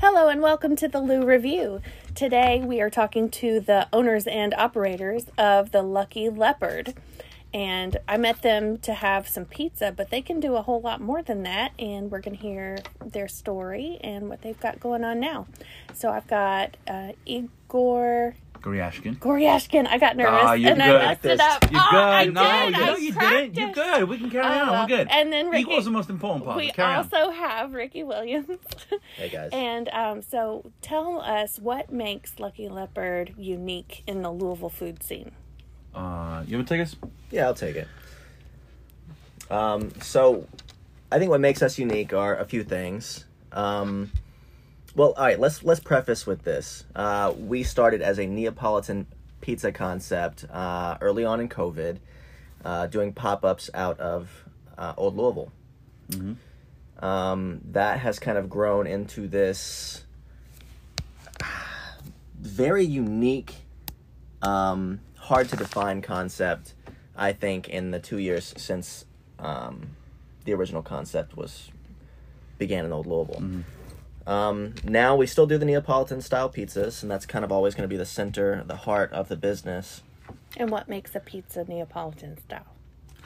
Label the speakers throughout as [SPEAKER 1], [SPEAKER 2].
[SPEAKER 1] Hello and welcome to the Lou Review. Today we are talking to the owners and operators of the Lucky Leopard. And I met them to have some pizza, but they can do a whole lot more than that. And we're going to hear their story and what they've got going on now. So I've got uh, Igor
[SPEAKER 2] Goryashkin.
[SPEAKER 1] Goryashkin. I got nervous
[SPEAKER 2] Ah, you're
[SPEAKER 1] and
[SPEAKER 2] good.
[SPEAKER 1] I messed it up.
[SPEAKER 2] You're
[SPEAKER 1] Oh,
[SPEAKER 2] good.
[SPEAKER 1] I
[SPEAKER 2] no,
[SPEAKER 1] did.
[SPEAKER 2] you,
[SPEAKER 1] I
[SPEAKER 2] no, you didn't. You're
[SPEAKER 1] practiced.
[SPEAKER 2] good. We can carry
[SPEAKER 1] Oh,
[SPEAKER 2] on.
[SPEAKER 1] well.
[SPEAKER 2] We're good.
[SPEAKER 1] And then Ricky-
[SPEAKER 2] Equals the most important part.
[SPEAKER 1] we
[SPEAKER 2] carry on.
[SPEAKER 1] also have Ricky Williams.
[SPEAKER 3] Hey guys.
[SPEAKER 1] And um, so tell us what makes Lucky Leopard unique in the Louisville food scene.
[SPEAKER 2] Uh, you want to take us?
[SPEAKER 3] yeah, I'll take it. Um, so, I think what makes us unique are a few things. Um, well, all right. Let's let's preface with this. Uh, we started as a Neapolitan pizza concept uh, early on in COVID, uh, doing pop ups out of uh, Old Louisville. Um, that has kind of grown into this uh, very unique um, hard to define concept. I think in the two years since um, the original concept was began in Old Louisville. Um, now we still do the Neapolitan style pizzas, and that's kind of always going to be the center, the heart of the business.
[SPEAKER 1] And what makes a pizza Neapolitan style?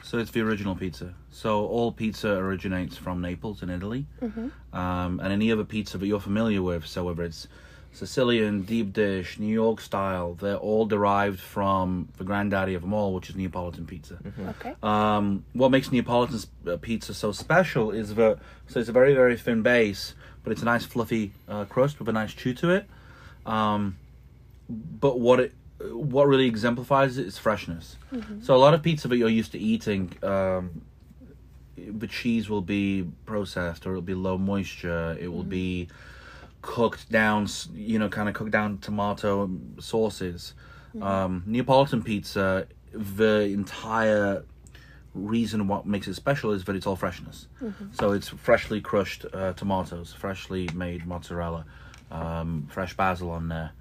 [SPEAKER 2] So it's the original pizza. So all pizza originates from Naples in Italy,
[SPEAKER 1] Mm-hmm.
[SPEAKER 2] um, and any other pizza that you're familiar with. So whether it's Sicilian, deep dish, New York style, they're all derived from the granddaddy of them all, which is Neapolitan pizza.
[SPEAKER 1] Okay.
[SPEAKER 2] um, what makes Neapolitan s- uh, pizza so special is that so it's a very very thin base, but it's a nice fluffy uh, crust with a nice chew to it. Um, but what it what really exemplifies it is freshness. So a lot of pizza that you're used to eating, um, the cheese will be processed or it'll be low moisture. It will be cooked down, s- you know, kind of cooked down tomato sauces. Um, Neapolitan pizza, the entire reason what makes it special is that it's all freshness. So it's freshly crushed uh, tomatoes, freshly made mozzarella, um, fresh basil on there,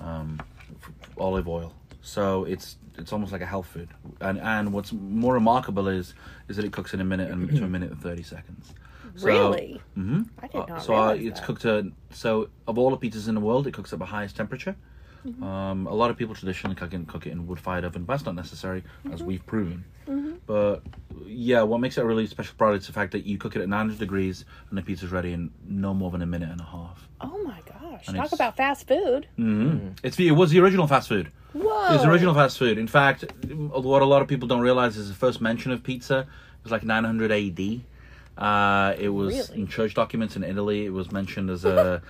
[SPEAKER 2] um, f- olive oil. So it's it's almost like a health food. And and what's more remarkable is is that it cooks in a minute and to a minute and thirty seconds. So-
[SPEAKER 1] really?
[SPEAKER 2] Mhm.
[SPEAKER 1] I did not
[SPEAKER 2] So uh,
[SPEAKER 1] realize
[SPEAKER 2] it's
[SPEAKER 1] that.
[SPEAKER 2] cooked at so of all the pizzas in the world, it cooks at the highest temperature. Um, a lot of people traditionally cook, in, cook it in wood-fired oven, but that's not necessary, as we've proven. But yeah, what makes it a really special product is the fact that you cook it at 900 degrees and the pizza's ready in no more than a minute and a half.
[SPEAKER 1] Oh my gosh.
[SPEAKER 2] And
[SPEAKER 1] Talk
[SPEAKER 2] it's-
[SPEAKER 1] about fast food.
[SPEAKER 2] It's the, it was the original fast food.
[SPEAKER 1] Whoa.
[SPEAKER 2] It was the original fast food. In fact, what a lot of people don't realize is the first mention of pizza was like 900 AD. Uh, it was
[SPEAKER 1] Really?
[SPEAKER 2] in church documents in Italy. It was mentioned as a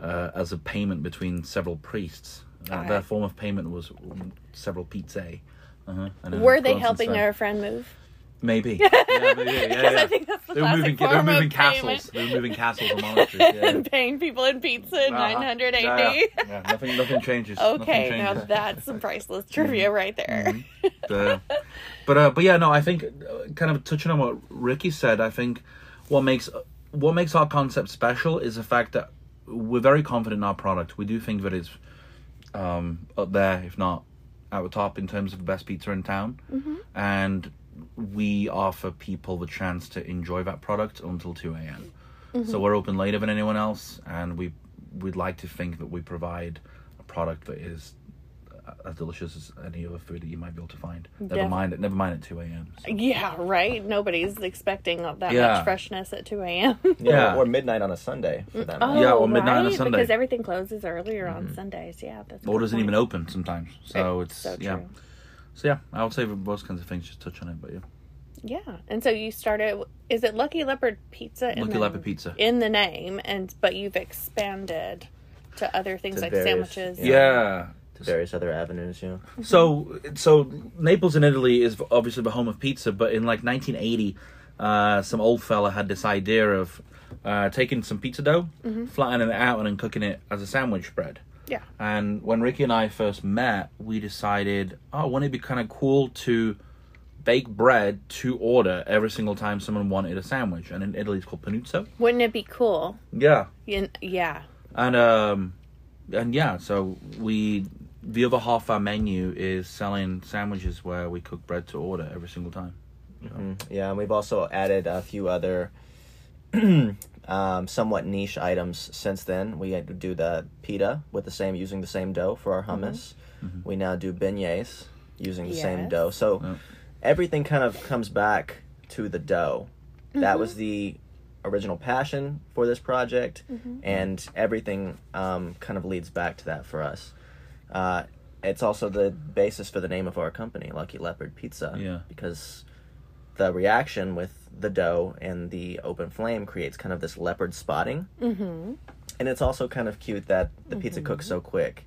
[SPEAKER 2] uh, as a payment between several priests. Uh,
[SPEAKER 1] Alright.
[SPEAKER 2] Their form of payment was um, several pizzae. Uh-huh. And then
[SPEAKER 1] Were they
[SPEAKER 2] France and
[SPEAKER 1] helping
[SPEAKER 2] Spain.
[SPEAKER 1] their friend move?
[SPEAKER 2] Maybe. Yeah, maybe. Yeah, yeah,
[SPEAKER 1] I think that's the
[SPEAKER 2] they were
[SPEAKER 1] classic
[SPEAKER 2] moving. They were
[SPEAKER 1] form of
[SPEAKER 2] moving
[SPEAKER 1] payment.
[SPEAKER 2] castles. They were moving castles and monasteries. Yeah.
[SPEAKER 1] and paying people in pizza in
[SPEAKER 2] Uh-huh.
[SPEAKER 1] 900 AD.
[SPEAKER 2] Yeah, yeah. Yeah, nothing. Nothing changes. Nothing Mm-hmm.
[SPEAKER 1] Okay, now
[SPEAKER 2] changes.
[SPEAKER 1] that's some priceless trivia right there.
[SPEAKER 2] Uh, but uh, but yeah, no, I think uh, kind of touching on what Ricky said, I think what makes what makes our concept special is the fact that we're very confident in our product. We do think that it's um, up there, if not at the top, in terms of the best pizza in town,
[SPEAKER 1] Mm-hmm.
[SPEAKER 2] and we offer people the chance to enjoy that product until two a.m. So
[SPEAKER 1] Mm-hmm.
[SPEAKER 2] we're open later than anyone else, and we we'd like to think that we provide a product that is uh, as delicious as any other food that you might be able to find. Never
[SPEAKER 1] Def-
[SPEAKER 2] mind it. Never mind at two a.m. So.
[SPEAKER 1] Yeah, right? Nobody's expecting that
[SPEAKER 2] Yeah.
[SPEAKER 1] much freshness at 2 a.m.
[SPEAKER 2] Yeah.
[SPEAKER 3] Or, or midnight on a Sunday for
[SPEAKER 1] Oh.
[SPEAKER 3] that matter.
[SPEAKER 2] Yeah, or midnight on a Sunday.
[SPEAKER 1] Because everything closes earlier on Sundays. Yeah, that's. a
[SPEAKER 2] Or
[SPEAKER 1] good
[SPEAKER 2] doesn't
[SPEAKER 1] point.
[SPEAKER 2] even open sometimes. So it's
[SPEAKER 1] So
[SPEAKER 2] yeah.
[SPEAKER 1] true.
[SPEAKER 2] So yeah, I would say with those kinds of things. Just touch on it, but yeah.
[SPEAKER 1] Yeah, and so you started. Is it Lucky Leopard Pizza? and
[SPEAKER 2] Lucky
[SPEAKER 1] then-
[SPEAKER 2] Leopard Pizza.
[SPEAKER 1] in the name, and but you've expanded to other things
[SPEAKER 3] To
[SPEAKER 1] like
[SPEAKER 3] various-
[SPEAKER 1] sandwiches.
[SPEAKER 3] Yeah. To various other avenues, yeah.
[SPEAKER 2] So so Naples in Italy is obviously the home of pizza, but in like 1980, uh, some old fella had this idea of uh, taking some pizza dough, flattening it out, and then cooking it as a sandwich bread.
[SPEAKER 1] yeah.
[SPEAKER 2] And when Ricky and I first met, we decided, oh, wouldn't it be kind of cool to bake bread to order every single time someone wanted a sandwich? And in Italy, it's called panuzzo.
[SPEAKER 1] Wouldn't it be cool?
[SPEAKER 2] Yeah.
[SPEAKER 1] In, yeah,
[SPEAKER 2] And um, and yeah, so we the other half of our menu is selling sandwiches where we cook bread to order every single time.
[SPEAKER 3] Yeah, and we've also added a few other um, somewhat niche items since then. We had to do the pita with the same using the same dough for our hummus. We now do beignets using the same
[SPEAKER 1] Yes.
[SPEAKER 3] dough. So
[SPEAKER 2] Yeah.
[SPEAKER 3] everything kind of comes back to the dough. That was the original passion for this project,
[SPEAKER 1] Mm-hmm.
[SPEAKER 3] and everything um, kind of leads back to that for us. Uh, it's also the basis for the name of our company, Lucky Leopard Pizza.
[SPEAKER 2] Yeah.
[SPEAKER 3] Because the reaction with the dough and the open flame creates kind of this leopard spotting. Mm-hmm. And it's also kind of cute that the pizza cooks so quick.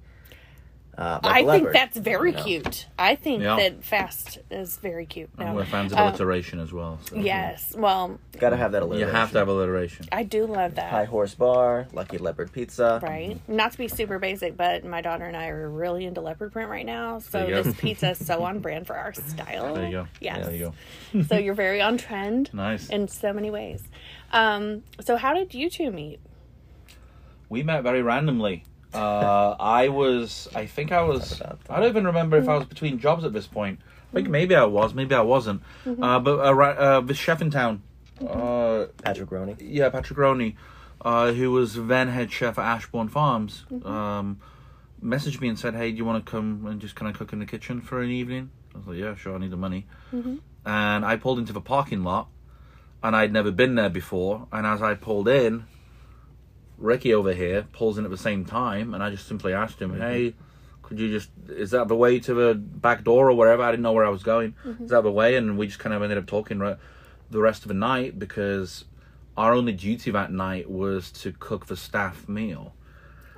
[SPEAKER 3] Uh, like
[SPEAKER 1] Mm-hmm. I
[SPEAKER 3] a
[SPEAKER 1] think
[SPEAKER 3] leopard,
[SPEAKER 1] that's very
[SPEAKER 3] you know?
[SPEAKER 1] cute. I think
[SPEAKER 2] Yeah.
[SPEAKER 1] that fast is very cute.
[SPEAKER 2] And
[SPEAKER 1] Now,
[SPEAKER 2] we're fans of
[SPEAKER 1] uh,
[SPEAKER 2] alliteration as well. So
[SPEAKER 1] yes. Well,
[SPEAKER 3] Gotta have
[SPEAKER 2] You
[SPEAKER 3] that alliteration.
[SPEAKER 2] have to have alliteration.
[SPEAKER 1] I do love that.
[SPEAKER 3] High Horse Bar, Lucky Leopard Pizza.
[SPEAKER 1] Right. Not to be super basic, but my daughter and I are really into leopard print right now. So
[SPEAKER 2] There you go.
[SPEAKER 1] this pizza is so on brand for our style.
[SPEAKER 2] There you go.
[SPEAKER 1] Yes.
[SPEAKER 2] There you go.
[SPEAKER 1] go. so you're very on trend
[SPEAKER 2] Nice.
[SPEAKER 1] in so many ways. Um, so how did you two meet?
[SPEAKER 2] We met very randomly. Uh, I was, I think I was, I don't even remember if I was between jobs at this point. I think maybe I was, maybe I wasn't. Uh, but uh, ra- uh, the chef in town, uh,
[SPEAKER 3] Patrick Roney.
[SPEAKER 2] yeah, Patrick Roney, uh, who was then head chef at Ashbourne Farms, um, messaged me and said, "Hey, do you want to come and just kind of cook in the kitchen for an evening?" I was like, "Yeah, sure. I need the money." And I pulled into the parking lot, and I'd never been there before. And as I pulled in, Ricky over here pulls in at the same time, and I just simply asked him, "Hey." Could you just? Is that the way to the back door or wherever? I didn't know where I was going. Is that the way? And we just kind of ended up talking right, the rest of the night because our only duty that night was to cook the staff meal,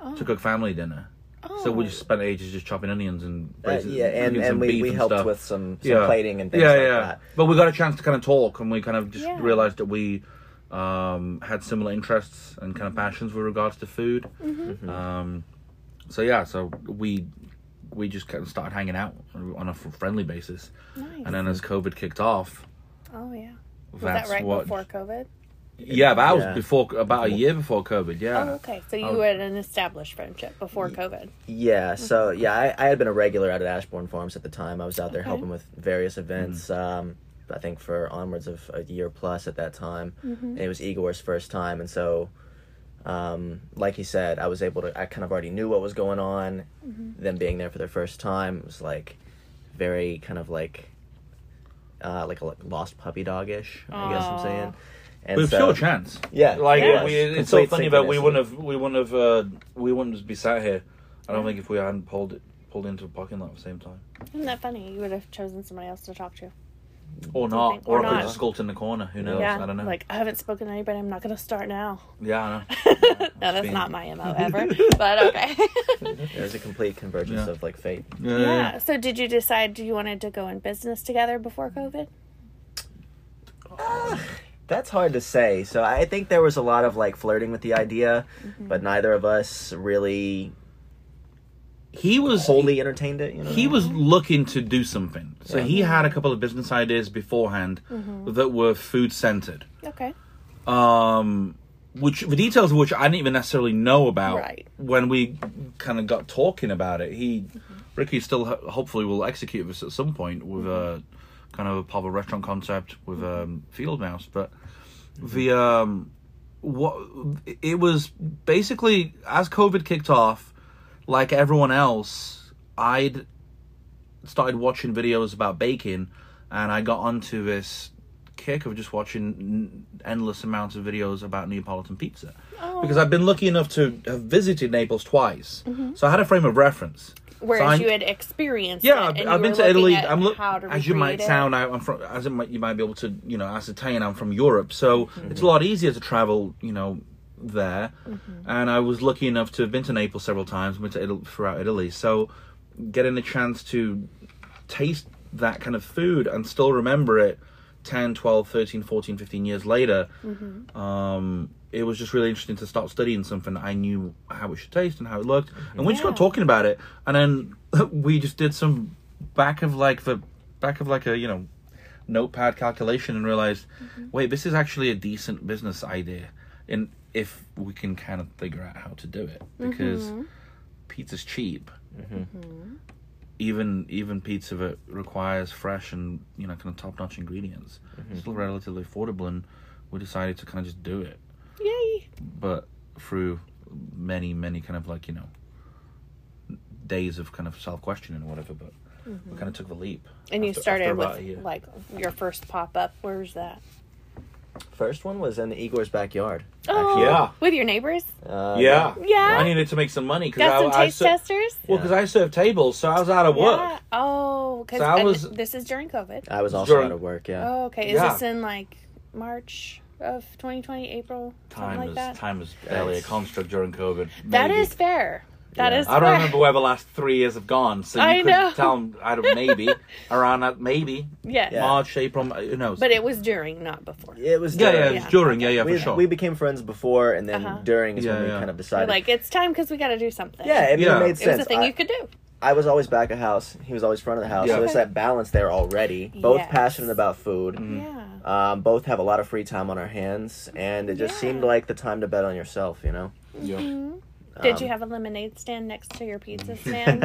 [SPEAKER 2] to
[SPEAKER 3] Oh.
[SPEAKER 2] cook family dinner. So
[SPEAKER 1] Oh,
[SPEAKER 2] we just spent ages just chopping onions and
[SPEAKER 3] Uh,
[SPEAKER 2] braising-
[SPEAKER 3] yeah, and,
[SPEAKER 2] cooking
[SPEAKER 3] and
[SPEAKER 2] some
[SPEAKER 3] we,
[SPEAKER 2] beef
[SPEAKER 3] we
[SPEAKER 2] and
[SPEAKER 3] helped
[SPEAKER 2] stuff.
[SPEAKER 3] with some, some plating and things
[SPEAKER 2] yeah,
[SPEAKER 3] like
[SPEAKER 2] yeah.
[SPEAKER 3] that.
[SPEAKER 2] But we got a chance to kind of talk, and we kind of just
[SPEAKER 1] Yeah.
[SPEAKER 2] realized that we um, had similar interests and kind of
[SPEAKER 3] Mm-hmm.
[SPEAKER 2] passions with regards to food. Um, so yeah, so we we just kind of started hanging out on a f- friendly basis,
[SPEAKER 1] Nice.
[SPEAKER 2] and then as COVID kicked off,
[SPEAKER 1] oh yeah. Was
[SPEAKER 2] that's
[SPEAKER 1] that right
[SPEAKER 2] what.
[SPEAKER 1] before COVID?
[SPEAKER 2] Yeah, that
[SPEAKER 3] Yeah.
[SPEAKER 2] was before about a year before COVID. Yeah.
[SPEAKER 1] Oh, okay. So you
[SPEAKER 2] Oh.
[SPEAKER 1] had an established friendship before COVID.
[SPEAKER 3] Yeah, so yeah, I, I had been a regular out at Ashbourne Farms at the time. I was out there helping with various
[SPEAKER 2] Mm-hmm.
[SPEAKER 3] events. Um, I think for onwards of a year plus at that time, and it was Igor's first time, and so, um, like he said, I was able to. I kind of already knew what was going on. Them being there for their first time was like very kind of like, uh, like a like, lost puppy dog ish. I guess I'm
[SPEAKER 1] Aw.
[SPEAKER 3] saying. And
[SPEAKER 2] We've
[SPEAKER 3] so-
[SPEAKER 2] still a chance.
[SPEAKER 3] Yeah.
[SPEAKER 2] like
[SPEAKER 1] Yeah.
[SPEAKER 2] we,
[SPEAKER 3] Yes.
[SPEAKER 2] it's so
[SPEAKER 3] Complete
[SPEAKER 2] funny that we
[SPEAKER 3] synchronicity.
[SPEAKER 2] wouldn't have we wouldn't have uh, we wouldn't be sat here. I don't think if we hadn't pulled it pulled into a parking lot at the same time,
[SPEAKER 1] Isn't that funny? You would have chosen somebody else to talk to.
[SPEAKER 2] or not,
[SPEAKER 1] Something-
[SPEAKER 2] or,
[SPEAKER 1] or
[SPEAKER 2] if we
[SPEAKER 1] not.
[SPEAKER 2] just skulked in the corner. Who knows?
[SPEAKER 1] yeah.
[SPEAKER 2] I don't know.
[SPEAKER 1] Like I haven't spoken to anybody. I'm not going to start now.
[SPEAKER 2] yeah, I know.
[SPEAKER 1] no, that's
[SPEAKER 2] being-
[SPEAKER 1] not my mo ever. but okay.
[SPEAKER 3] There's a complete convergence
[SPEAKER 2] Yeah.
[SPEAKER 3] of like fate.
[SPEAKER 2] Yeah, yeah,
[SPEAKER 1] yeah. So did you decide you wanted to go in business together before COVID?
[SPEAKER 3] That's hard to say. So I think there was a lot of like flirting with the idea,
[SPEAKER 1] Mm-hmm.
[SPEAKER 3] but neither of us really
[SPEAKER 2] He was
[SPEAKER 3] wholly entertained it. You know,
[SPEAKER 2] he was looking to do something, so he had a couple of business ideas beforehand that were food centered.
[SPEAKER 1] Okay.
[SPEAKER 2] um, which the details of which I didn't even necessarily know about
[SPEAKER 1] Right.
[SPEAKER 2] when we kind of got talking about it. He, Ricky, still ho- hopefully will execute this at some point with a kind of a pub or restaurant concept with um, field mouse, but the um, what it was basically as COVID kicked off, like everyone else, I'd started watching videos about baking, and I got onto this kick of just watching n- endless amounts of videos about Neapolitan pizza.
[SPEAKER 1] Oh.
[SPEAKER 2] Because I've been lucky enough to have visited Naples twice, so I had a frame of reference. So
[SPEAKER 1] Mm-hmm. Whereas
[SPEAKER 2] I'm-
[SPEAKER 1] you had experienced. it,
[SPEAKER 2] yeah, I've,
[SPEAKER 1] and you
[SPEAKER 2] I've been
[SPEAKER 1] were
[SPEAKER 2] to
[SPEAKER 1] looking
[SPEAKER 2] Italy.
[SPEAKER 1] at
[SPEAKER 2] I'm look
[SPEAKER 1] how to
[SPEAKER 2] as you
[SPEAKER 1] recreate
[SPEAKER 2] might
[SPEAKER 1] it.
[SPEAKER 2] sound. I, I'm from as it might, you might be able to you know ascertain. I'm from Europe, so
[SPEAKER 1] Mm-hmm.
[SPEAKER 2] it's a lot easier to travel. You know there,
[SPEAKER 1] Mm-hmm.
[SPEAKER 2] and I was lucky enough to have been to Naples several times. Been to Italy, throughout Italy, so getting a chance to taste that kind of food and still remember it 10 12 13 14 15 years later um, it was just really interesting to start studying something that i knew how it should taste and how it looked and we just got
[SPEAKER 1] Yeah.
[SPEAKER 2] talking about it and then we just did some back of like the back of like a you know notepad calculation and realized wait this is actually a decent business idea and if we can kind of figure out how to do it because
[SPEAKER 1] Mm-hmm.
[SPEAKER 2] pizza's cheap even even pizza that requires fresh and you know kind of Mm-hmm. top notch ingredients, still relatively affordable, and we decided to kind of just do it.
[SPEAKER 1] Yay!
[SPEAKER 2] but through many many kind of like you know days of kind of self questioning or whatever. But we kind of took the leap.
[SPEAKER 1] And you
[SPEAKER 2] after- after
[SPEAKER 1] started
[SPEAKER 2] about a year.
[SPEAKER 1] with like your first pop up. Where was that?
[SPEAKER 3] First one was in Igor's backyard.
[SPEAKER 1] Oh,
[SPEAKER 2] Yeah.
[SPEAKER 1] with your neighbors.
[SPEAKER 3] Uh,
[SPEAKER 2] yeah.
[SPEAKER 1] Yeah.
[SPEAKER 2] I needed to make some money because
[SPEAKER 1] Got
[SPEAKER 2] I,
[SPEAKER 1] some
[SPEAKER 2] I
[SPEAKER 1] taste
[SPEAKER 2] ser-
[SPEAKER 1] testers.
[SPEAKER 2] well because I served tables, so I was out of work.
[SPEAKER 1] Yeah. Oh, because
[SPEAKER 2] So I was-
[SPEAKER 1] this is during COVID.
[SPEAKER 3] I was also
[SPEAKER 2] During-
[SPEAKER 3] out of work. Yeah.
[SPEAKER 1] Oh, okay. Is
[SPEAKER 2] Yeah.
[SPEAKER 1] this in like March of 2020, April,
[SPEAKER 2] Time
[SPEAKER 1] something like
[SPEAKER 2] is
[SPEAKER 1] that?
[SPEAKER 2] time is barely a construct during COVID.
[SPEAKER 1] That
[SPEAKER 2] maybe.
[SPEAKER 1] is fair. That
[SPEAKER 3] Yeah.
[SPEAKER 1] is.
[SPEAKER 2] I don't
[SPEAKER 1] fair.
[SPEAKER 2] remember where the last three years have gone, so
[SPEAKER 1] I
[SPEAKER 2] you
[SPEAKER 1] know.
[SPEAKER 2] could tell 'em I don't maybe around that maybe
[SPEAKER 1] Yes.
[SPEAKER 3] Yeah.
[SPEAKER 2] March, April, who knows?
[SPEAKER 1] But it was during, not before.
[SPEAKER 3] It was.
[SPEAKER 2] yeah, yeah,
[SPEAKER 3] during-
[SPEAKER 2] it's
[SPEAKER 1] Yeah.
[SPEAKER 2] during, yeah, yeah, for
[SPEAKER 3] we,
[SPEAKER 2] sure.
[SPEAKER 3] we became friends before, and then
[SPEAKER 1] Uh-huh.
[SPEAKER 3] during is
[SPEAKER 2] Yeah,
[SPEAKER 3] when we
[SPEAKER 2] yeah.
[SPEAKER 3] kind of
[SPEAKER 1] You're
[SPEAKER 3] decided.
[SPEAKER 1] like, it's time because we got to do something.
[SPEAKER 3] yeah, I mean,
[SPEAKER 2] Yeah.
[SPEAKER 3] it made
[SPEAKER 1] It was
[SPEAKER 3] sense.
[SPEAKER 1] a thing
[SPEAKER 3] I,
[SPEAKER 1] you could do.
[SPEAKER 3] I was always back of house. He was always front of the house.
[SPEAKER 2] Yeah.
[SPEAKER 3] So there's
[SPEAKER 1] Okay.
[SPEAKER 3] that balance there already. Both
[SPEAKER 1] Yes.
[SPEAKER 3] passionate about
[SPEAKER 2] Mm-hmm.
[SPEAKER 3] food.
[SPEAKER 1] Yeah.
[SPEAKER 3] Um, both have a lot of free time on our hands, and it just
[SPEAKER 1] Yeah.
[SPEAKER 3] seemed like the time to bet on yourself. You know.
[SPEAKER 2] yeah.
[SPEAKER 1] Mhm. Did
[SPEAKER 3] Um,
[SPEAKER 1] you have a lemonade stand next to your pizza stand?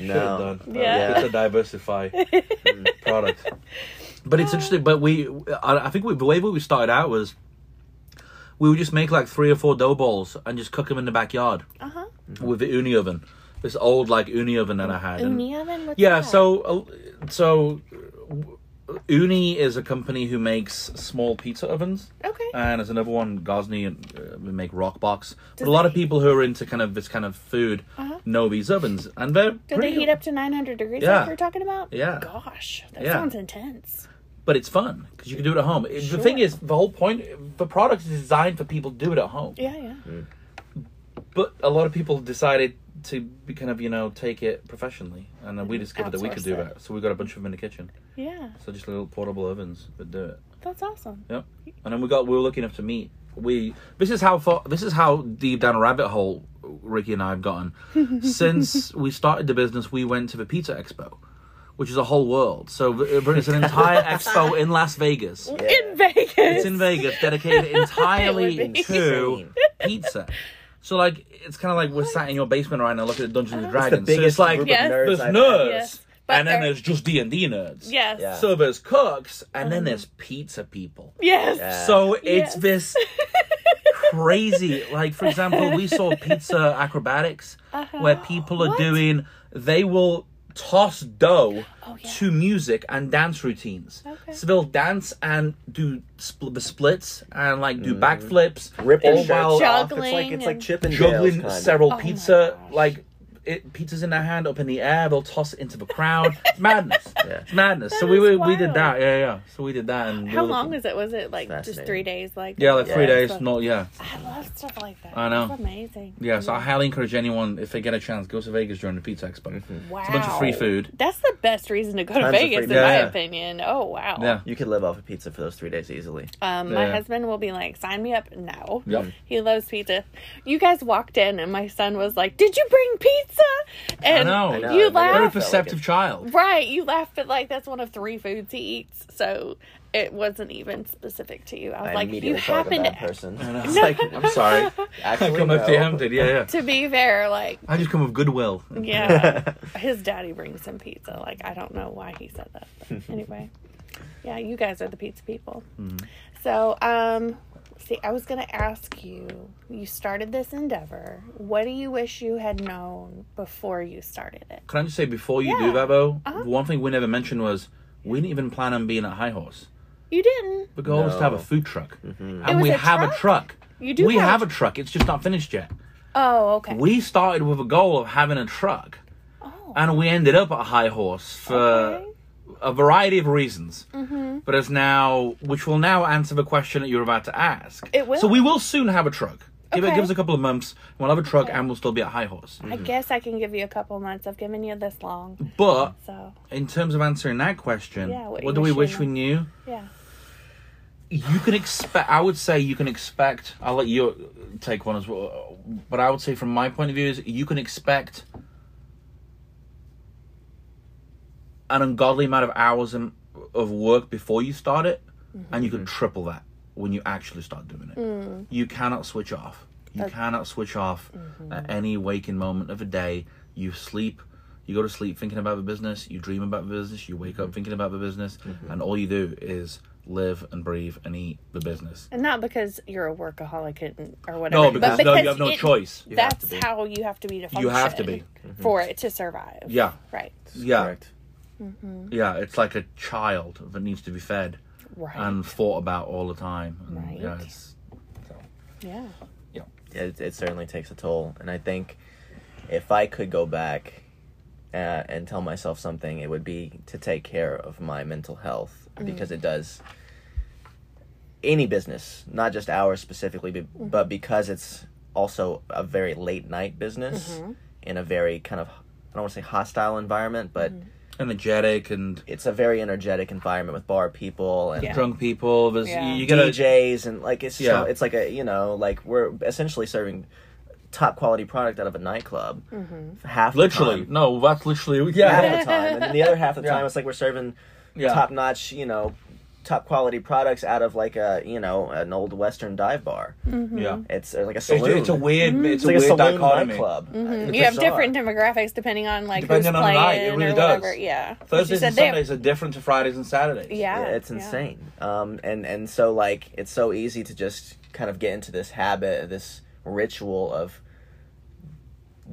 [SPEAKER 3] No.
[SPEAKER 2] Done.
[SPEAKER 1] Yeah.
[SPEAKER 2] It's a diversify product. But it's interesting. But we, I I think we, the way we started out was we would just make like three or four dough balls and just cook them in the backyard
[SPEAKER 1] uh huh.
[SPEAKER 2] with the uni oven. This old like uni oven that I had. and-
[SPEAKER 1] Uni oven. What's
[SPEAKER 2] yeah.
[SPEAKER 1] that?
[SPEAKER 2] So, uh, so uh, Uni is a company who makes small pizza ovens.
[SPEAKER 1] Okay.
[SPEAKER 2] and there's another one Gosney and uh, we make rock box.
[SPEAKER 1] Does
[SPEAKER 2] but a lot
[SPEAKER 1] they-
[SPEAKER 2] of people who are into kind of this kind of food
[SPEAKER 1] Uh-huh.
[SPEAKER 2] know these ovens, and they're
[SPEAKER 1] Did
[SPEAKER 2] pretty.
[SPEAKER 1] they heat up to 900 degrees?
[SPEAKER 2] Yeah.
[SPEAKER 1] Like we're talking about.
[SPEAKER 2] Yeah.
[SPEAKER 1] Gosh, that
[SPEAKER 2] Yeah.
[SPEAKER 1] sounds intense.
[SPEAKER 2] But it's fun because you can do it at home. It- The thing
[SPEAKER 1] Sure.
[SPEAKER 2] is, the whole point, the product is designed for people to do it at home.
[SPEAKER 1] Yeah, yeah.
[SPEAKER 3] Mm.
[SPEAKER 2] But a lot of people decided to be kind of you know take it professionally, and then we discovered that we could
[SPEAKER 1] Mm-hmm. Outsource
[SPEAKER 2] do
[SPEAKER 1] it.
[SPEAKER 2] that. So we got a bunch of them in the kitchen.
[SPEAKER 1] Yeah.
[SPEAKER 2] So just little portable ovens that do it.
[SPEAKER 1] That's awesome.
[SPEAKER 2] Yep. And then we got we were lucky enough to meet. We this is how far this is how deep down a rabbit hole Ricky and I have gotten. Since we started the business, we went to the Pizza Expo, which is a whole world. So th- but it's an entire expo in Las Vegas.
[SPEAKER 1] In Vegas.
[SPEAKER 2] It's in Vegas, dedicated
[SPEAKER 1] It would
[SPEAKER 2] entirely
[SPEAKER 1] be.
[SPEAKER 2] to pizza. So like it's kind of like we're sat in your basement right now looking at Dungeons and
[SPEAKER 3] It's the
[SPEAKER 2] Dragons. So
[SPEAKER 3] biggest
[SPEAKER 2] it's like
[SPEAKER 3] group
[SPEAKER 1] Yes.
[SPEAKER 3] of nerds.
[SPEAKER 2] there's
[SPEAKER 3] I've-
[SPEAKER 2] nerds,
[SPEAKER 1] Yes. But
[SPEAKER 2] and then
[SPEAKER 1] they're-
[SPEAKER 2] there's just D and D nerds.
[SPEAKER 1] Yes.
[SPEAKER 3] Yeah.
[SPEAKER 2] So there's cooks, and then there's pizza people.
[SPEAKER 1] Yes.
[SPEAKER 3] Yeah.
[SPEAKER 2] So
[SPEAKER 1] Yes.
[SPEAKER 2] it's this crazy. Like for example, we saw pizza acrobatics where people
[SPEAKER 1] Uh, Uh-huh.
[SPEAKER 2] are
[SPEAKER 1] What?
[SPEAKER 2] doing they will toss dough
[SPEAKER 1] Oh, yeah.
[SPEAKER 2] to music and dance routines.
[SPEAKER 1] Okay.
[SPEAKER 2] So they'll dance and do spl- the splits and like do backflips,
[SPEAKER 3] Rip
[SPEAKER 2] all
[SPEAKER 3] their Mm. shirts
[SPEAKER 2] while
[SPEAKER 3] off. It's like
[SPEAKER 1] Juggling
[SPEAKER 3] it's like
[SPEAKER 1] and-
[SPEAKER 3] Chip and
[SPEAKER 2] juggling several
[SPEAKER 1] Oh my
[SPEAKER 2] pizza
[SPEAKER 1] gosh.
[SPEAKER 2] like it, pizzas in their hand up in the air. They'll toss it into the crowd. It's madness.
[SPEAKER 3] Yeah.
[SPEAKER 2] It's madness. so
[SPEAKER 1] That
[SPEAKER 2] we
[SPEAKER 1] is
[SPEAKER 2] we, we
[SPEAKER 1] wild.
[SPEAKER 2] did that. Yeah, yeah. So we did that. And we
[SPEAKER 1] How
[SPEAKER 2] were
[SPEAKER 1] long
[SPEAKER 2] looking-
[SPEAKER 1] was it? Was it like just
[SPEAKER 3] Fascinating.
[SPEAKER 1] three days? Like
[SPEAKER 2] Yeah, like three
[SPEAKER 3] Yeah.
[SPEAKER 2] days.
[SPEAKER 1] Stuff.
[SPEAKER 2] Not yeah.
[SPEAKER 1] I love stuff like that.
[SPEAKER 2] I know.
[SPEAKER 1] It's amazing.
[SPEAKER 2] Yeah, so I highly encourage anyone if they get a chance, go to Vegas during the Pizza Expo.
[SPEAKER 1] Wow.
[SPEAKER 2] It's a bunch of free food.
[SPEAKER 1] That's the best reason to go to
[SPEAKER 3] Tons of free
[SPEAKER 1] Vegas, in
[SPEAKER 3] food.
[SPEAKER 1] my
[SPEAKER 2] Yeah.
[SPEAKER 1] opinion. Oh wow.
[SPEAKER 2] Yeah.
[SPEAKER 3] You could live off of pizza for those three days easily.
[SPEAKER 1] Um, my
[SPEAKER 2] Yeah.
[SPEAKER 1] husband will be like, "Sign me up now."
[SPEAKER 2] Yep.
[SPEAKER 1] He loves pizza. You guys walked in, and my son was like, "Did you bring pizza?" And
[SPEAKER 2] know. I
[SPEAKER 3] know,
[SPEAKER 1] you
[SPEAKER 3] I
[SPEAKER 2] Very
[SPEAKER 3] know.
[SPEAKER 1] laugh,
[SPEAKER 3] Perfect.
[SPEAKER 2] perceptive child.
[SPEAKER 1] right? You laugh, but like that's one of three foods he eats, so it wasn't even specific to you. I was
[SPEAKER 3] I
[SPEAKER 1] like, "You
[SPEAKER 3] immediately thought of a
[SPEAKER 1] happened
[SPEAKER 3] bad
[SPEAKER 1] to."
[SPEAKER 3] person.
[SPEAKER 2] know.
[SPEAKER 3] It's like
[SPEAKER 2] I'm sorry. I
[SPEAKER 3] actually
[SPEAKER 2] come up to
[SPEAKER 3] no.
[SPEAKER 2] him, did yeah, yeah.
[SPEAKER 1] To be fair, like
[SPEAKER 2] I just come with goodwill.
[SPEAKER 1] yeah, his daddy brings him pizza. Like I don't know why he said that. But anyway, yeah, you guys are the pizza people.
[SPEAKER 2] Mm-hmm.
[SPEAKER 1] So, um, see, I was gonna ask you. You started this endeavor. What do you wish you had known before you started it?
[SPEAKER 2] Can I just say before you
[SPEAKER 1] Yeah.
[SPEAKER 2] do that though,
[SPEAKER 1] Uh-huh.
[SPEAKER 2] one thing we never mentioned was we didn't even plan on being at High Horse.
[SPEAKER 1] You didn't.
[SPEAKER 2] The goal was to have a
[SPEAKER 3] No.
[SPEAKER 2] food truck,
[SPEAKER 1] Mm-hmm. It
[SPEAKER 2] and
[SPEAKER 1] was
[SPEAKER 2] we
[SPEAKER 1] a
[SPEAKER 2] have
[SPEAKER 1] truck?
[SPEAKER 2] a truck.
[SPEAKER 1] You do
[SPEAKER 2] We
[SPEAKER 1] have
[SPEAKER 2] have
[SPEAKER 1] a
[SPEAKER 2] a truck. It's just not finished yet.
[SPEAKER 1] Oh, okay.
[SPEAKER 2] We started with a goal of having a truck,
[SPEAKER 1] oh,
[SPEAKER 2] and we ended up at High Horse for.
[SPEAKER 1] okay.
[SPEAKER 2] a variety of reasons,
[SPEAKER 1] Mm-hmm.
[SPEAKER 2] but it's now which will now answer the question that you're about to ask.
[SPEAKER 1] It will.
[SPEAKER 2] So we will soon have a truck. Give it
[SPEAKER 1] Okay.
[SPEAKER 2] give us a couple of months, and we'll have a truck, and we'll still be at high horse.
[SPEAKER 1] I guess I can give you a couple months. I've given you this long,
[SPEAKER 2] But
[SPEAKER 1] so
[SPEAKER 2] in terms of answering that question,
[SPEAKER 1] Yeah, what you
[SPEAKER 2] what, do we
[SPEAKER 1] wish
[SPEAKER 2] wish
[SPEAKER 1] we
[SPEAKER 2] we knew?
[SPEAKER 1] yeah.
[SPEAKER 2] You can expect. I would say you can expect. I'll let you take one as well. But I would say, from my point of view, is you can expect an ungodly amount of hours in, of work before you start it, and you can triple that when you actually start doing it. You cannot switch off. You cannot switch off
[SPEAKER 1] Mm-hmm.
[SPEAKER 2] at any waking moment of the day. You sleep. You go to
[SPEAKER 1] Mm-hmm.
[SPEAKER 2] sleep thinking about the business. You dream about the business. You wake up thinking about the business, and all you do is live and breathe and eat the business.
[SPEAKER 1] And not because you're a workaholic and, or whatever.
[SPEAKER 2] No, because,
[SPEAKER 1] but
[SPEAKER 2] no,
[SPEAKER 1] because
[SPEAKER 2] you have no
[SPEAKER 1] it-
[SPEAKER 2] choice.
[SPEAKER 3] You have to
[SPEAKER 1] that's
[SPEAKER 3] be.
[SPEAKER 1] how you have to be to function.
[SPEAKER 2] You have to be.
[SPEAKER 1] for
[SPEAKER 2] Mm.
[SPEAKER 1] it to survive.
[SPEAKER 2] Yeah,
[SPEAKER 1] Right.
[SPEAKER 2] yeah,
[SPEAKER 3] Correct.
[SPEAKER 2] yeah. It's like a child that needs to be fed
[SPEAKER 1] Right.
[SPEAKER 2] and thought about all the time. And,
[SPEAKER 1] Right.
[SPEAKER 2] Yeah, it's,
[SPEAKER 1] yeah.
[SPEAKER 3] It, it certainly takes a toll, and I think if I could go back uh, and tell myself something, it would be to take care of my mental health because it does any business, not just ours specifically, be, but because it's also a very late night business in a very kind of I don't want to say hostile environment, but
[SPEAKER 2] energetic and
[SPEAKER 3] it's a very energetic environment with bar people and
[SPEAKER 1] Yeah.
[SPEAKER 2] drunk people. There's
[SPEAKER 1] Yeah.
[SPEAKER 2] you get a
[SPEAKER 3] DJs and like it's
[SPEAKER 2] Yeah.
[SPEAKER 3] so it's like a you know like we're essentially serving top quality product out of a nightclub
[SPEAKER 1] Mm-hmm.
[SPEAKER 3] half the
[SPEAKER 2] literally
[SPEAKER 3] time.
[SPEAKER 2] no. That's literally
[SPEAKER 3] half
[SPEAKER 2] yeah,
[SPEAKER 3] the time and then the other half of the
[SPEAKER 2] Yeah.
[SPEAKER 3] time it's like we're serving
[SPEAKER 2] yeah.
[SPEAKER 3] top notch you know top quality products out of like a you know an old western dive bar
[SPEAKER 2] yeah.
[SPEAKER 3] it's uh, like a
[SPEAKER 2] It's,
[SPEAKER 3] saloon
[SPEAKER 2] it's a weird. It's,
[SPEAKER 3] it's
[SPEAKER 2] a
[SPEAKER 3] like a
[SPEAKER 2] weird
[SPEAKER 3] saloon
[SPEAKER 2] dichotomy.
[SPEAKER 3] nightclub It's
[SPEAKER 1] Mm-hmm. You have
[SPEAKER 3] bizarre.
[SPEAKER 1] different demographics depending on like
[SPEAKER 2] Depending
[SPEAKER 1] who's
[SPEAKER 2] on the
[SPEAKER 1] playing
[SPEAKER 2] night, it really
[SPEAKER 1] or
[SPEAKER 2] does.
[SPEAKER 1] whatever. Yeah. She
[SPEAKER 2] Thursdays
[SPEAKER 1] said
[SPEAKER 2] and
[SPEAKER 1] they have-
[SPEAKER 2] Sundays are different to Fridays and Saturdays.
[SPEAKER 1] Yeah.
[SPEAKER 3] Yeah, it's
[SPEAKER 1] yeah.
[SPEAKER 3] insane. Um, and and so like it's so easy to just kind of get into this habit, this ritual of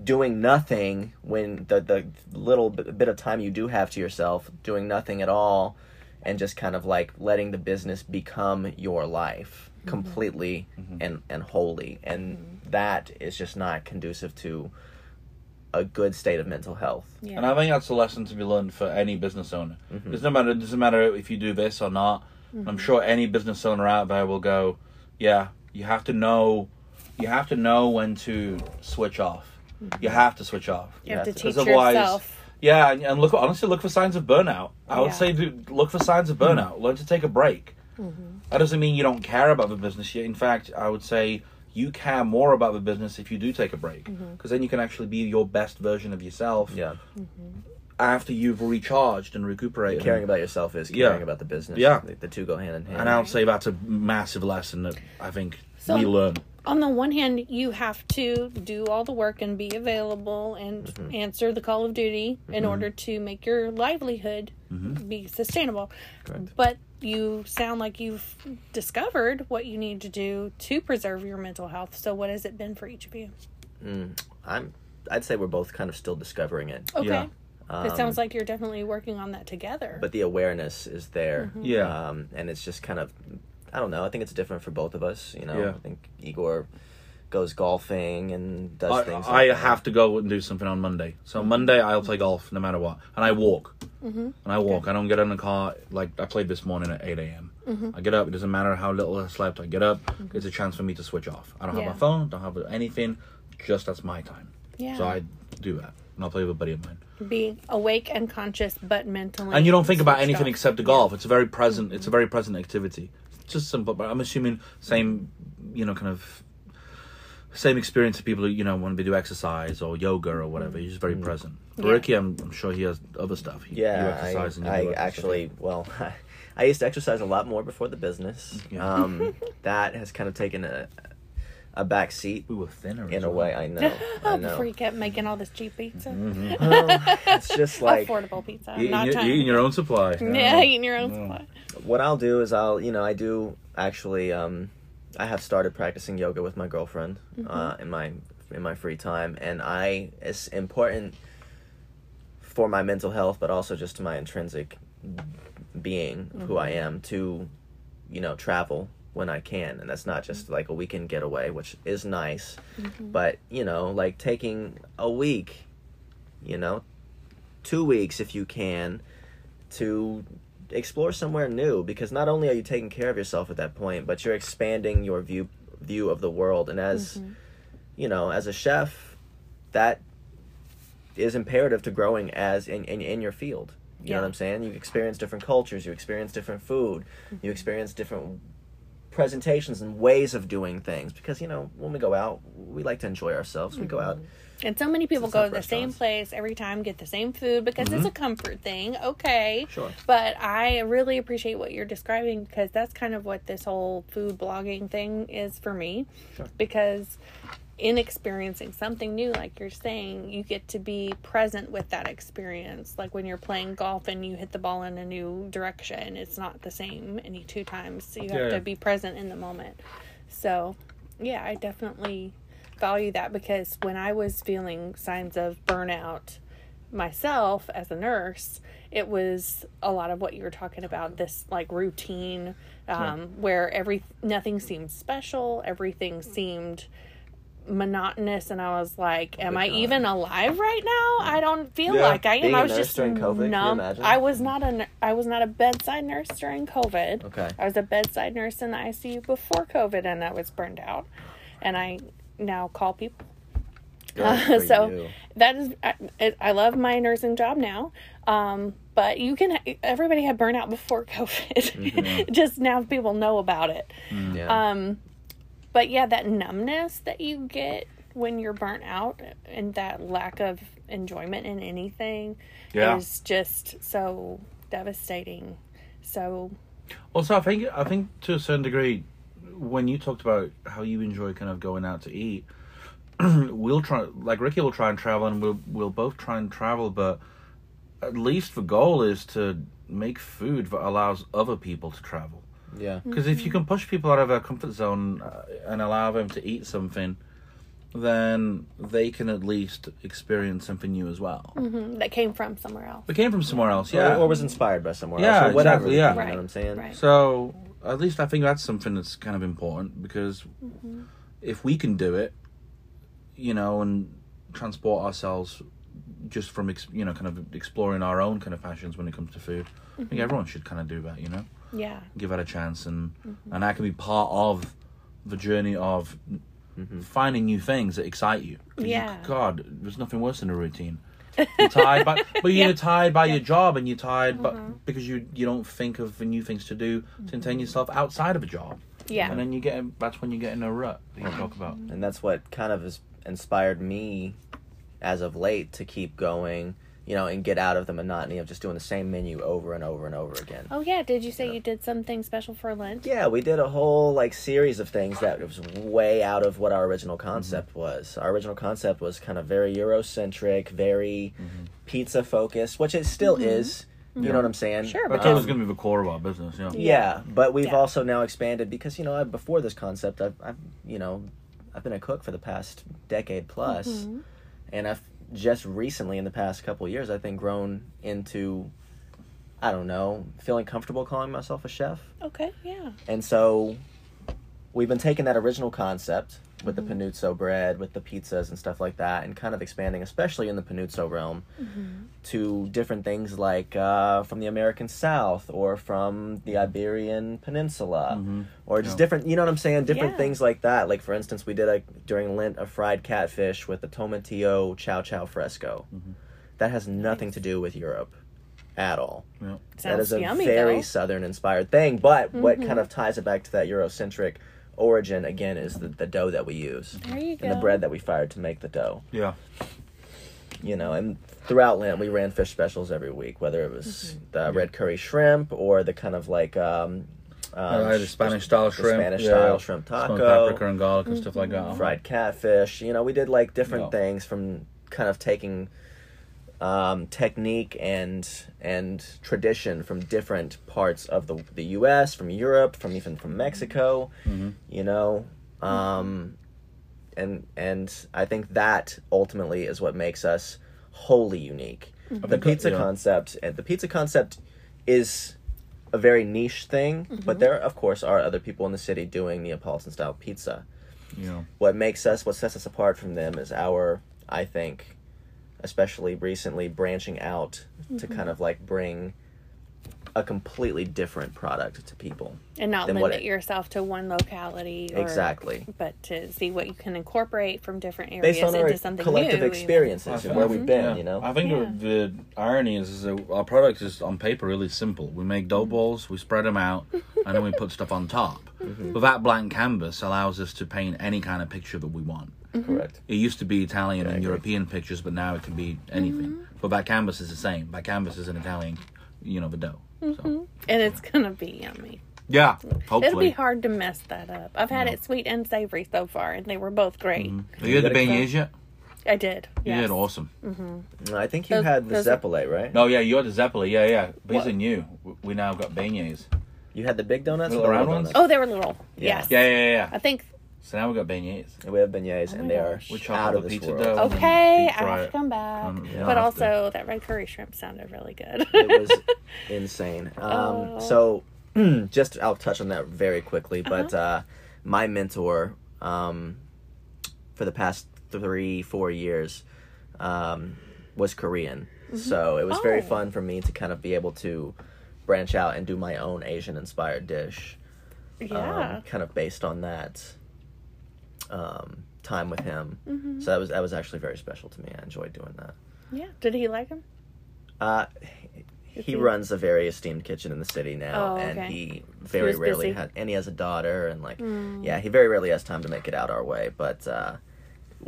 [SPEAKER 3] doing nothing when the the little b- bit of time you do have to yourself, doing nothing at all, and just kind of like letting the business become your life
[SPEAKER 1] Mm-hmm.
[SPEAKER 3] completely
[SPEAKER 2] Mm-hmm.
[SPEAKER 3] and and wholly, and that is just not conducive to a good state of mental health.
[SPEAKER 1] Yeah.
[SPEAKER 2] And I think that's a lesson to be learned for any business owner.
[SPEAKER 3] Mm-hmm.
[SPEAKER 2] It's no matter it doesn't matter if you do this or not. I'm
[SPEAKER 1] Mm-hmm.
[SPEAKER 2] sure any business owner out there will go, yeah, you have to know you have to know when to switch off.
[SPEAKER 1] Mm-hmm.
[SPEAKER 2] You have to switch off.
[SPEAKER 1] you have to
[SPEAKER 3] Because
[SPEAKER 1] teach
[SPEAKER 2] otherwise-
[SPEAKER 1] yourself.
[SPEAKER 2] Yeah, and, and look honestly look for signs of burnout.
[SPEAKER 1] Yeah.
[SPEAKER 2] I
[SPEAKER 1] Mm-hmm.
[SPEAKER 2] would say do, look for signs of burnout. Learn to take a break. That doesn't mean you don't care about the business. In fact, I would say you care more about the business if you do take a break because
[SPEAKER 1] Mm-hmm.
[SPEAKER 2] then you can actually be your best version of yourself
[SPEAKER 3] Yeah,
[SPEAKER 2] after you've recharged and recuperated.
[SPEAKER 3] caring about yourself is
[SPEAKER 2] Yeah.
[SPEAKER 3] caring about the business.
[SPEAKER 2] Yeah.
[SPEAKER 3] the, the two go hand in hand.
[SPEAKER 2] and I'll say that's a massive lesson that I think
[SPEAKER 1] So-
[SPEAKER 2] we learn.
[SPEAKER 1] On the one hand, you have to do all the work and be available and
[SPEAKER 3] Mm-hmm.
[SPEAKER 1] answer the call of duty in order to make your livelihood
[SPEAKER 3] Mm-hmm.
[SPEAKER 1] be sustainable. But you sound like you've discovered what you need to do to preserve your mental health. So, what has it been for each of you?
[SPEAKER 3] I'm I'd say we're both kind of still discovering it.
[SPEAKER 1] Okay.
[SPEAKER 2] Yeah. Um,
[SPEAKER 1] it sounds like you're definitely working on that together.
[SPEAKER 3] But the awareness is there.
[SPEAKER 1] Mm-hmm.
[SPEAKER 2] Yeah.
[SPEAKER 3] Um, and it's just kind of I don't know, I think it's different for both of us, you know.
[SPEAKER 2] Yeah.
[SPEAKER 3] I think Igor goes golfing and does
[SPEAKER 2] I,
[SPEAKER 3] things
[SPEAKER 2] I
[SPEAKER 3] like
[SPEAKER 2] have to go and do something on Monday. So Monday I'll play golf no matter what, and I walk.
[SPEAKER 1] Mm-hmm.
[SPEAKER 2] And I walk. I don't get in the car. Like I played this morning at eight a.m.
[SPEAKER 1] Mm-hmm.
[SPEAKER 2] I get up. It doesn't matter how little I slept. I get up. It's a chance for me to switch off. I don't have
[SPEAKER 1] Yeah.
[SPEAKER 2] my phone. Don't have anything. Just that's my time.
[SPEAKER 1] yeah.
[SPEAKER 2] So I do that, and I'll play with a buddy of mine.
[SPEAKER 1] being awake and conscious, but mentally.
[SPEAKER 2] and you don't think about
[SPEAKER 1] switched
[SPEAKER 2] anything
[SPEAKER 1] off.
[SPEAKER 2] except the golf. It's a very present. It's a very present activity. It's just simple. But I'm assuming same, you know, kind of same experience of people who you know want to do exercise or yoga or whatever. He's just very present. But
[SPEAKER 1] Yeah.
[SPEAKER 2] Ricky, I'm, I'm sure he has other stuff. He, you
[SPEAKER 3] Mm-hmm. Yeah,
[SPEAKER 2] exercise and you do
[SPEAKER 3] I, I
[SPEAKER 2] other stuff.
[SPEAKER 3] actually well I used to exercise a lot more before the business.
[SPEAKER 2] Yeah.
[SPEAKER 3] Um, that has kind of taken a a back seat
[SPEAKER 2] we were thinner
[SPEAKER 3] in
[SPEAKER 2] as
[SPEAKER 3] a
[SPEAKER 2] well.
[SPEAKER 3] way, I know. I
[SPEAKER 1] Oh,
[SPEAKER 3] know.
[SPEAKER 1] before you kept making all this cheap pizza,
[SPEAKER 3] Well, it's just like
[SPEAKER 1] affordable pizza,
[SPEAKER 2] You-
[SPEAKER 1] not
[SPEAKER 2] you-
[SPEAKER 1] time.
[SPEAKER 2] you Mm-hmm. eating your own supply.
[SPEAKER 1] yeah, eating your own
[SPEAKER 2] No.
[SPEAKER 1] supply.
[SPEAKER 3] what I'll do is I'll you know I do actually um, I have started practicing yoga with my girlfriend uh, in my in my free time, and I it's important for my mental health, but also just to my intrinsic being of who I am to you know travel when I can, and that's not just like a weekend getaway, which is nice, but you know like taking a week, you know, two weeks if you can to explore somewhere new because not only are you taking care of yourself at that point, but you're expanding your view view of the world. And as
[SPEAKER 1] Mm-hmm.
[SPEAKER 3] you know, as a chef, that is imperative to growing as in in, in your field. You know
[SPEAKER 1] Yeah.
[SPEAKER 3] what I'm saying? You experience different cultures, you experience different food,
[SPEAKER 1] Mm-hmm.
[SPEAKER 3] you experience different presentations and ways of doing things because you know when we go out we like to enjoy ourselves we go out
[SPEAKER 1] And so many people
[SPEAKER 3] It's
[SPEAKER 1] go
[SPEAKER 3] not
[SPEAKER 1] to the same
[SPEAKER 3] restaurants.
[SPEAKER 1] place every time, get the same food because it's a
[SPEAKER 2] Mm-hmm.
[SPEAKER 1] comfort thing. Okay.
[SPEAKER 3] Sure.
[SPEAKER 1] But I really appreciate what you're describing because that's kind of what this whole food blogging thing is for me. Because in experiencing something new, like you're saying, you get to be present with that experience. Like when you're playing golf and you hit the ball in a new direction, it's not the same any two times. So you have
[SPEAKER 2] Yeah.
[SPEAKER 1] to be present in the moment. So, yeah, I definitely value that because when I was feeling signs of burnout myself as a nurse, it was a lot of what you were talking about this like routine um, where every nothing seemed special, everything
[SPEAKER 3] Mm.
[SPEAKER 1] seemed monotonous and I was like, Am I
[SPEAKER 2] God.
[SPEAKER 1] even alive right now? I don't feel
[SPEAKER 2] Yeah.
[SPEAKER 1] like I am.
[SPEAKER 3] Mm. Being a
[SPEAKER 1] I was
[SPEAKER 3] nurse
[SPEAKER 1] just
[SPEAKER 3] during COVID, can you
[SPEAKER 1] numb.
[SPEAKER 3] imagine?
[SPEAKER 1] I was not a nu- I was not a bedside nurse during COVID.
[SPEAKER 3] Okay.
[SPEAKER 1] I was a bedside nurse in the ICU before COVID and I was burned out. And I now call people
[SPEAKER 3] Good
[SPEAKER 1] uh,
[SPEAKER 3] for
[SPEAKER 1] so
[SPEAKER 3] you.
[SPEAKER 1] that is, I, it- I love my nursing job now. Um, but you can, everybody had burnout before COVID.
[SPEAKER 3] Mm-hmm.
[SPEAKER 1] Just now people know about it.
[SPEAKER 3] Yeah.
[SPEAKER 1] Um, but yeah, that numbness that you get when you're burnt out and that lack of enjoyment in anything
[SPEAKER 2] Yeah.
[SPEAKER 1] is just so devastating. So
[SPEAKER 2] Also, I think I think to a certain degree, when you talked about how you enjoy kind of going out to eat, we'll try. Like Ricky will try and travel, and we'll we'll both try and travel. But at least the goal is to make food that allows other people to travel.
[SPEAKER 3] yeah.
[SPEAKER 2] Because if you can push people out of their comfort zone uh, and allow them to eat something, then they can at least experience something new as well.
[SPEAKER 1] mhm, that came from somewhere else.
[SPEAKER 2] It came from somewhere else, yeah.
[SPEAKER 3] Or, or was inspired by somewhere
[SPEAKER 2] Yeah,
[SPEAKER 3] else. Or whatever.
[SPEAKER 2] exactly, yeah.
[SPEAKER 3] You know
[SPEAKER 1] Right,
[SPEAKER 3] what I'm saying?
[SPEAKER 1] right.
[SPEAKER 2] So at least I think that's something that's kind of important because if we can do it, you know, and transport ourselves just from ex- you know kind of exploring our own kind of passions when it comes to food, I think everyone should kind of do that, you know,
[SPEAKER 1] Yeah.
[SPEAKER 2] give that a chance, and
[SPEAKER 1] Mm-hmm.
[SPEAKER 2] and that can be part of the journey of.
[SPEAKER 3] Mm-hmm.
[SPEAKER 2] Finding new things that excite you. 'Cause you-
[SPEAKER 1] Yeah.
[SPEAKER 2] God, there's nothing worse than a routine. You're tired by, but you're tired by your job, and you're tired,
[SPEAKER 1] Mm-hmm.
[SPEAKER 2] but because you you don't think of the new things to do to entertain yourself outside of a job,
[SPEAKER 1] Yeah. Mm-hmm.
[SPEAKER 2] and then you get in- that's when you get in a rut that you talk about.
[SPEAKER 3] and that's what kind of has inspired me as of late to keep going you know and get out of the monotony of just doing the same menu over and over and over again
[SPEAKER 1] Oh yeah. Did you say you did something special for Lent?
[SPEAKER 3] yeah we did a whole like series of things that was way out of what our original concept
[SPEAKER 2] Mm-hmm.
[SPEAKER 3] was our original concept was kind of very eurocentric very
[SPEAKER 2] Mm-hmm.
[SPEAKER 3] pizza focused which it still is you know what i'm saying
[SPEAKER 1] Mm-hmm. Sure,
[SPEAKER 2] That's
[SPEAKER 1] Um,
[SPEAKER 2] always going to be the core of our business, yeah.
[SPEAKER 3] yeah, but we've
[SPEAKER 1] Yeah.
[SPEAKER 3] also now expanded because you know I, before this concept, I've, I've you know I've been a cook for the past decade plus,
[SPEAKER 1] Mm-hmm.
[SPEAKER 3] and I've just recently in the past couple years I think grown into I don't know feeling comfortable calling myself a chef,
[SPEAKER 1] Okay. Yeah.
[SPEAKER 3] and so we've been taking that original concept with the panuzzo bread, with the pizzas and stuff like that, and kind of expanding, especially in the panuzzo realm, to different things like uh, from the American South or from the Iberian Peninsula,
[SPEAKER 2] Mm-hmm.
[SPEAKER 3] or just
[SPEAKER 2] Mm. Yeah.
[SPEAKER 3] different, you know what I'm saying? Different
[SPEAKER 1] Yeah.
[SPEAKER 3] things like that. Like, for instance, we did a, during Lent a fried catfish with the tomatillo chow chow fresco. That has nothing to do with Europe at all
[SPEAKER 2] yeah.
[SPEAKER 1] Sounds
[SPEAKER 3] that is a
[SPEAKER 1] yummy
[SPEAKER 3] very
[SPEAKER 1] though. Mm-hmm.
[SPEAKER 3] southern inspired thing but what kind of ties it back to that eurocentric origin again is the, the dough that we use
[SPEAKER 1] there you go.
[SPEAKER 3] and the bread that we fired to make the dough
[SPEAKER 2] Yeah.
[SPEAKER 3] you know and throughout lent we ran fish specials every week whether it was
[SPEAKER 1] Mm-hmm.
[SPEAKER 3] the red curry shrimp or the kind of like um, um,
[SPEAKER 2] I had a
[SPEAKER 3] sh-
[SPEAKER 2] Spanish style
[SPEAKER 3] the
[SPEAKER 2] shrimp.
[SPEAKER 3] Spanish
[SPEAKER 2] yeah.
[SPEAKER 3] style shrimp
[SPEAKER 2] Smoked
[SPEAKER 3] taco.
[SPEAKER 2] paprika and garlic and stuff like
[SPEAKER 1] Mm-hmm.
[SPEAKER 2] that.
[SPEAKER 3] fried catfish. You know, we did like different
[SPEAKER 2] No.
[SPEAKER 3] things from kind of taking um, technique and and tradition from different parts of the the U.S., from Europe, from even from Mexico.
[SPEAKER 2] Mm-hmm.
[SPEAKER 3] You know, um, and and I think that ultimately is what makes us wholly unique. The
[SPEAKER 2] think that-
[SPEAKER 3] pizza
[SPEAKER 2] yeah.
[SPEAKER 3] concept and the pizza concept is a very niche thing, but there of course are other people in the city doing Neapolitan style pizza
[SPEAKER 2] Yeah.
[SPEAKER 3] what makes us what sets us apart from them is our i think especially recently branching out to
[SPEAKER 1] Mm-hmm.
[SPEAKER 3] kind of like bring a completely different product to people
[SPEAKER 1] and not
[SPEAKER 3] than what
[SPEAKER 1] limit
[SPEAKER 3] it-
[SPEAKER 1] yourself to one locality or,
[SPEAKER 3] Exactly.
[SPEAKER 1] but to see what you can incorporate from different areas
[SPEAKER 3] based on our
[SPEAKER 1] into something
[SPEAKER 3] collective
[SPEAKER 1] new
[SPEAKER 2] I
[SPEAKER 3] experiences
[SPEAKER 2] think-
[SPEAKER 3] and where we've been
[SPEAKER 2] Mm-hmm. yeah.
[SPEAKER 3] you know
[SPEAKER 2] I think
[SPEAKER 1] Yeah.
[SPEAKER 2] the, the irony is, is that our product is on paper really simple. We make
[SPEAKER 1] Mm.
[SPEAKER 2] dough balls, we spread them out, and then we put stuff on top. But that blank canvas allows us to paint any kind of picture that we want.
[SPEAKER 1] Mm-hmm.
[SPEAKER 3] correct
[SPEAKER 2] It used to be Italian and European pictures, but now it can be anything.
[SPEAKER 1] Mm-hmm.
[SPEAKER 2] But that canvas is the same. That canvas is an Italian, you know, the dough. So
[SPEAKER 1] and it's gonna be yummy
[SPEAKER 2] Yeah, hopefully.
[SPEAKER 1] Mm-hmm. It'll be hard to mess that up. I've had it sweet and savory so far, and they were both great.
[SPEAKER 3] Mm-hmm.
[SPEAKER 2] Have you had the
[SPEAKER 3] You gotta
[SPEAKER 2] beignets yet?
[SPEAKER 1] I did.
[SPEAKER 2] You
[SPEAKER 1] yes.
[SPEAKER 2] did awesome.
[SPEAKER 3] I think you
[SPEAKER 1] Those-
[SPEAKER 3] had the
[SPEAKER 1] those are-
[SPEAKER 3] Zeppelin, right?
[SPEAKER 2] No, yeah, you had the Zeppeli. Yeah, yeah. These
[SPEAKER 3] What?
[SPEAKER 2] are new. W- We now got beignets.
[SPEAKER 3] You had the big donuts,
[SPEAKER 2] Little
[SPEAKER 3] or the
[SPEAKER 2] round
[SPEAKER 3] little
[SPEAKER 2] ones?
[SPEAKER 3] donuts?
[SPEAKER 1] Oh, they were little.
[SPEAKER 3] Yeah.
[SPEAKER 1] Yes.
[SPEAKER 2] Yeah, yeah, yeah.
[SPEAKER 1] I
[SPEAKER 2] yeah.
[SPEAKER 1] think.
[SPEAKER 2] So now we got beignets.
[SPEAKER 3] And we have beignets, and they are
[SPEAKER 1] Oh gosh.
[SPEAKER 2] With
[SPEAKER 3] out
[SPEAKER 2] chocolate
[SPEAKER 3] of
[SPEAKER 2] with
[SPEAKER 3] this
[SPEAKER 2] pizza
[SPEAKER 3] world.
[SPEAKER 2] dough. and
[SPEAKER 1] Okay,
[SPEAKER 2] deep
[SPEAKER 1] I
[SPEAKER 2] fry
[SPEAKER 1] have
[SPEAKER 2] it.
[SPEAKER 1] to come back.
[SPEAKER 2] Um, yeah,
[SPEAKER 1] but
[SPEAKER 2] I'll have to-
[SPEAKER 1] also, that red curry shrimp sounded really good.
[SPEAKER 3] it was insane. Um,
[SPEAKER 1] Oh.
[SPEAKER 3] So, just I'll touch on that very quickly,
[SPEAKER 1] Uh-huh.
[SPEAKER 3] but uh, my mentor um, for the past three, four years um, was Korean. So it was very
[SPEAKER 1] Mm-hmm. Oh.
[SPEAKER 3] fun for me to kind of be able to branch out and do my own Asian inspired dish,
[SPEAKER 1] yeah.
[SPEAKER 3] um, kind of based on that um, time with him.
[SPEAKER 1] Mm-hmm.
[SPEAKER 3] So that was that was actually very special to me. I enjoyed doing that.
[SPEAKER 1] yeah. Did he like them?
[SPEAKER 3] Uh, he
[SPEAKER 1] he-
[SPEAKER 3] runs a very esteemed kitchen in the city now,
[SPEAKER 1] Oh,
[SPEAKER 3] and
[SPEAKER 1] okay.
[SPEAKER 3] he very
[SPEAKER 1] was
[SPEAKER 3] rarely
[SPEAKER 1] busy. Hmm.
[SPEAKER 3] had, and he has a daughter, and like, yeah, he very rarely has time to make it out our way. But uh,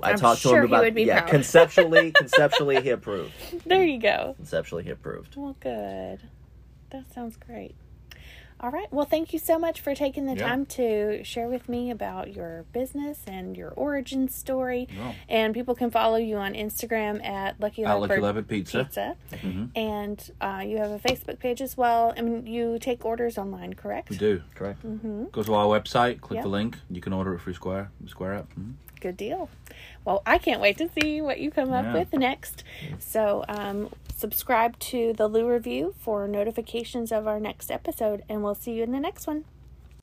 [SPEAKER 3] I
[SPEAKER 1] I'm
[SPEAKER 3] talked to
[SPEAKER 1] sure
[SPEAKER 3] him
[SPEAKER 1] he
[SPEAKER 3] about,
[SPEAKER 1] would be
[SPEAKER 3] yeah,
[SPEAKER 1] proud.
[SPEAKER 3] conceptually, conceptually he approved.
[SPEAKER 1] There you go.
[SPEAKER 3] Conceptually he approved.
[SPEAKER 1] Well, good. That sounds great. All right. Well, thank you so much for taking the
[SPEAKER 2] Yeah.
[SPEAKER 1] time to share with me about your business and your origin story.
[SPEAKER 2] Yeah.
[SPEAKER 1] And people can follow you on Instagram at Lucky
[SPEAKER 2] At
[SPEAKER 1] Leopard
[SPEAKER 2] Lucky Leopard Pizza.
[SPEAKER 1] Pizza.
[SPEAKER 2] Mhm.
[SPEAKER 1] And uh, you have a Facebook page as well. And you take orders online, correct? Mm-hmm.
[SPEAKER 2] We do.
[SPEAKER 3] Correct.
[SPEAKER 2] Go to our website, click
[SPEAKER 1] Yeah.
[SPEAKER 2] the link. You can order it through Square, Square app. Mhm.
[SPEAKER 1] Good deal. Well, I can't wait to see what you come up
[SPEAKER 2] Yeah.
[SPEAKER 1] with next. So, um, subscribe to the Lou Review for notifications of our next episode, and we'll see you in the next one.